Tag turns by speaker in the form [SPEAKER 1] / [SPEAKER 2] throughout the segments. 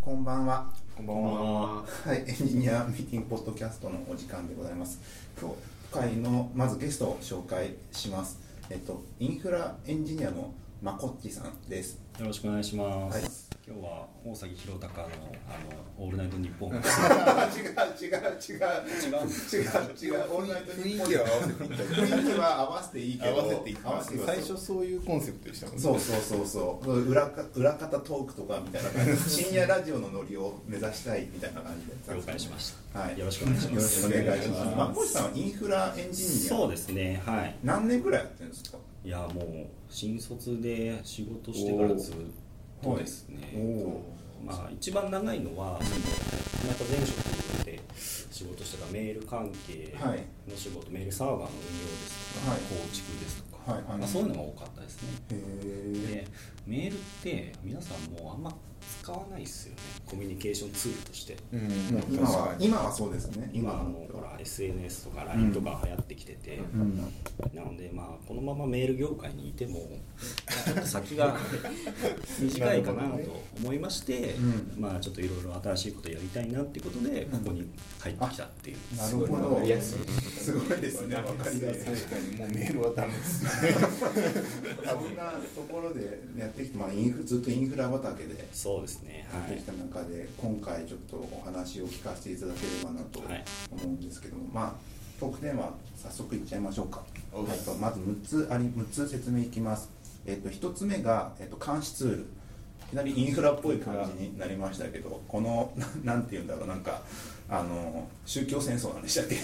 [SPEAKER 1] こんばんは。
[SPEAKER 2] こんばんは。
[SPEAKER 1] はい、エンジニアミーティングポッドキャストのお時間でございます。今日今回のまずゲストを紹介します。えっとインフラエンジニアのマコッティさんです。
[SPEAKER 3] よろしくお願いします。
[SPEAKER 1] はい
[SPEAKER 3] 今日は大崎弘隆のあのオールナイトニッポン。違う
[SPEAKER 1] 違う違う違う。違う違う。オールナイトニッ
[SPEAKER 2] 雰囲
[SPEAKER 1] ポン
[SPEAKER 2] 気は合わせていった
[SPEAKER 1] 雰囲気は合わせていいけど。
[SPEAKER 2] 合わせていった
[SPEAKER 1] 合わせていい
[SPEAKER 2] 最初そういうコンセプトでしたもんね
[SPEAKER 1] そうそうそうそう裏か裏方トークとかみたいな感じで深夜ラジオのノリを目指したいみたいな感じで
[SPEAKER 3] 了解しまし
[SPEAKER 1] は
[SPEAKER 3] た。
[SPEAKER 1] い
[SPEAKER 3] よろしくお願いし
[SPEAKER 1] よ
[SPEAKER 3] ま
[SPEAKER 1] ろしく
[SPEAKER 3] す。
[SPEAKER 1] お願いしますマコシ
[SPEAKER 3] す。
[SPEAKER 1] さんはインフラエンジニア
[SPEAKER 3] そうですね。はい。
[SPEAKER 1] 何年ぐらいやってるんですか
[SPEAKER 3] いやもう新卒で仕事してからずっとです
[SPEAKER 1] お
[SPEAKER 3] ね。
[SPEAKER 1] お
[SPEAKER 3] まあ一番長いのはまた前職で仕事してたメール関係
[SPEAKER 1] はい
[SPEAKER 3] の仕事、メールサーバーの運用ですとか、
[SPEAKER 1] はい
[SPEAKER 3] 構築ですとか、
[SPEAKER 1] はいはい
[SPEAKER 3] まあそういうのが多かったですね。
[SPEAKER 1] へえ
[SPEAKER 3] でメールって皆さんもうあんま使わないですよねコミュニケーションツールとして
[SPEAKER 2] うん
[SPEAKER 1] もう今は
[SPEAKER 2] 確かに
[SPEAKER 1] 今はそうですね
[SPEAKER 3] 今あの
[SPEAKER 1] の
[SPEAKER 3] ほら SNS とか LINE とか流行ってきてて、
[SPEAKER 1] うん
[SPEAKER 3] なのでまあこのままメール業界にいてもちょっと先が短いかなと思いまして、
[SPEAKER 1] う
[SPEAKER 3] まあちょっといろいろ新しいことやりたいなっていうことでここに入ってきたっていう、
[SPEAKER 1] なるほど
[SPEAKER 2] わかりやすい
[SPEAKER 1] すごいですねわかりやすい
[SPEAKER 2] 確かにもうメールはダメです
[SPEAKER 1] そんなところでやってきてまあインフずっとインフラ畑で
[SPEAKER 3] そうですね
[SPEAKER 1] やっ
[SPEAKER 3] は
[SPEAKER 1] て
[SPEAKER 3] い
[SPEAKER 1] きた中で今回ちょっとお話を聞かせていただければなと
[SPEAKER 3] はい
[SPEAKER 1] 思うんですけども、まあトークテーマ早速いっちゃいましょうか、
[SPEAKER 2] おう
[SPEAKER 1] えっと、まず6つあり6つ説明いきます、えっと、1つ目が、えっと、監視ツールいきなりインフラっぽい感じになりましたけどこのななんて言うんだろうなんかあの宗教戦争なんでしたっ け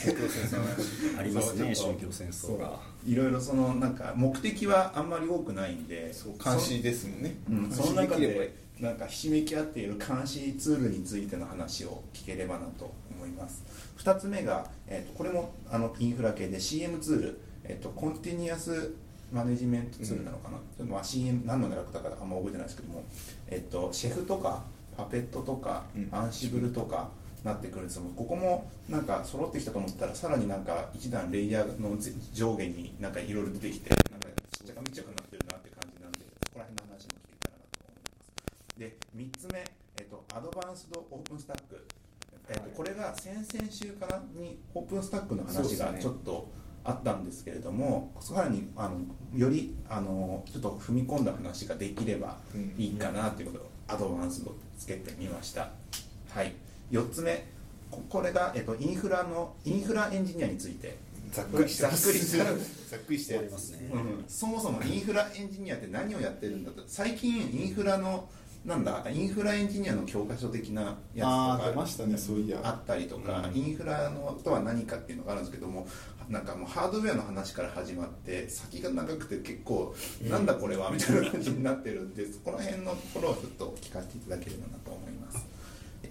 [SPEAKER 3] ありますね
[SPEAKER 1] そう
[SPEAKER 3] 宗教戦争が
[SPEAKER 1] いろいろそのなんか目的はあんまり多くないんで
[SPEAKER 2] そう監視ですもんね
[SPEAKER 1] うん、
[SPEAKER 2] 監
[SPEAKER 1] その
[SPEAKER 2] 視で
[SPEAKER 1] 中
[SPEAKER 2] きればいい
[SPEAKER 1] でなんかひしめき合っている監視ツールについての話を聞ければなと思います2つ目が、えー、とこれもあのインフラ系で CM ツール、えー、とコンティニアスマネジメントツールなのかな、ちょっとまあ、CM 何の略だかあんま覚えてないですけども、えー、とシェフとかパペットとか、
[SPEAKER 2] うん
[SPEAKER 1] アンシブルとかなってくるんですけどここもなんか揃ってきたと思ったらさらになんか一段レイヤーの上下になんかいろいろ出てきてなんかちっちゃくみっちゃくなってるなって感じなんでそこら辺の話も聞けたらなと思いますで3つ目、えっと、アドバンスドオープンスタック、えっと
[SPEAKER 2] はい
[SPEAKER 1] これが先々週からにオープンスタックの
[SPEAKER 2] そうで
[SPEAKER 1] 話
[SPEAKER 2] す
[SPEAKER 1] が
[SPEAKER 2] ね
[SPEAKER 1] ちょっとあったんですけれどもさらにあのよりあのちょっと踏み込んだ話ができれば
[SPEAKER 2] うん
[SPEAKER 1] いいかなということをアドバンスドつけてみましたはい4つ目ここれが、えっと、インフラのインフラエンジニアについて
[SPEAKER 2] ざっくりした
[SPEAKER 1] ざっくりした
[SPEAKER 2] ざっくりしたや
[SPEAKER 3] あり
[SPEAKER 2] つ
[SPEAKER 3] ますね
[SPEAKER 1] うんそもそもインフラエンジニアって何をやってるんだと最近インフラのなんだインフラエンジニアの教科書的なやつと
[SPEAKER 2] あ
[SPEAKER 1] か
[SPEAKER 2] あ出ましたねそうい
[SPEAKER 1] あ
[SPEAKER 2] や
[SPEAKER 1] ったりとか、
[SPEAKER 3] うん
[SPEAKER 1] インフラのとは何かっていうのがあるんですけどもなんかもうハードウェアの話から始まって先が長くて結構なんだこれはみたいな感じになってるんで、そこら辺のところをちょっと聞かせていただければなと思います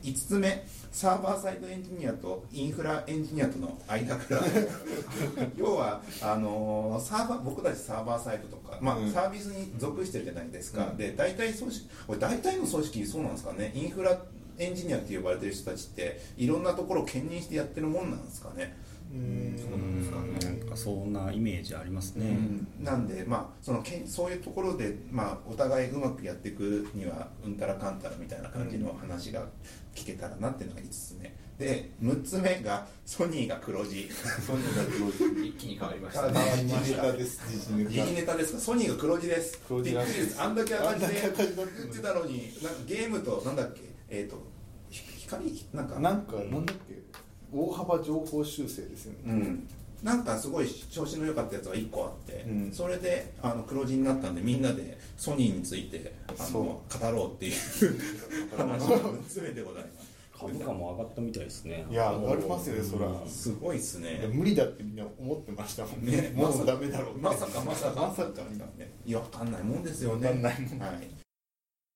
[SPEAKER 1] 5つ目サーバーサイドエンジニアとインフラエンジニアとの間から要はあのーサーバー僕たちサーバーサイドとか、まあ
[SPEAKER 2] うん
[SPEAKER 1] サービスに属してるじゃないですか、
[SPEAKER 2] うん
[SPEAKER 1] で大体組織これ大体の組織そうなんですかねインフラエンジニアって呼ばれてる人たちっていろんなところを兼任してやってるもんなんですかね、
[SPEAKER 2] うんそうなんですか
[SPEAKER 3] なん
[SPEAKER 2] ね
[SPEAKER 3] かそんなイメージありますね、
[SPEAKER 1] うんなんでまあそのけんそういうところで、まあ、お互いうまくやっていくにはうんたらかんたらみたいな感じの話が聞けたらなっていうのが5つ目で6つ目がソニーが黒字
[SPEAKER 4] とにかく一気に変わりました
[SPEAKER 1] 変わ
[SPEAKER 4] ね。
[SPEAKER 1] りま
[SPEAKER 2] 時
[SPEAKER 1] し
[SPEAKER 2] 事
[SPEAKER 1] た
[SPEAKER 2] ネタです時事ネタ
[SPEAKER 1] 時事ネタですかソニーが黒字です
[SPEAKER 2] 黒字
[SPEAKER 1] びっ
[SPEAKER 2] ら
[SPEAKER 1] く
[SPEAKER 2] しい
[SPEAKER 1] りですあんだけ赤字で
[SPEAKER 2] あんだけ赤字だったの
[SPEAKER 1] 言
[SPEAKER 2] に
[SPEAKER 1] ってたのになんかゲームとなんだっけえっ、とひ光なんか
[SPEAKER 2] なんかなんだっけ大幅情報修正ですよ
[SPEAKER 1] う
[SPEAKER 2] ね
[SPEAKER 1] んなんかすごい調子の良かったやつが1個あって、
[SPEAKER 2] うん
[SPEAKER 1] それであの黒字になったんでみんなでソニーについてあの
[SPEAKER 2] そう
[SPEAKER 1] 語ろうっていう話の詰めでございます
[SPEAKER 3] 株価も上がったみたいですね
[SPEAKER 2] いや上がりますよね
[SPEAKER 3] うん
[SPEAKER 2] そら
[SPEAKER 1] すごいっすね
[SPEAKER 2] で無理だってみんな思ってましたもん
[SPEAKER 1] ね
[SPEAKER 2] ねもうダメだろうって
[SPEAKER 1] まさかまさか
[SPEAKER 2] まさか
[SPEAKER 1] いやわかんないもんですよね
[SPEAKER 2] わかんないもん
[SPEAKER 1] はい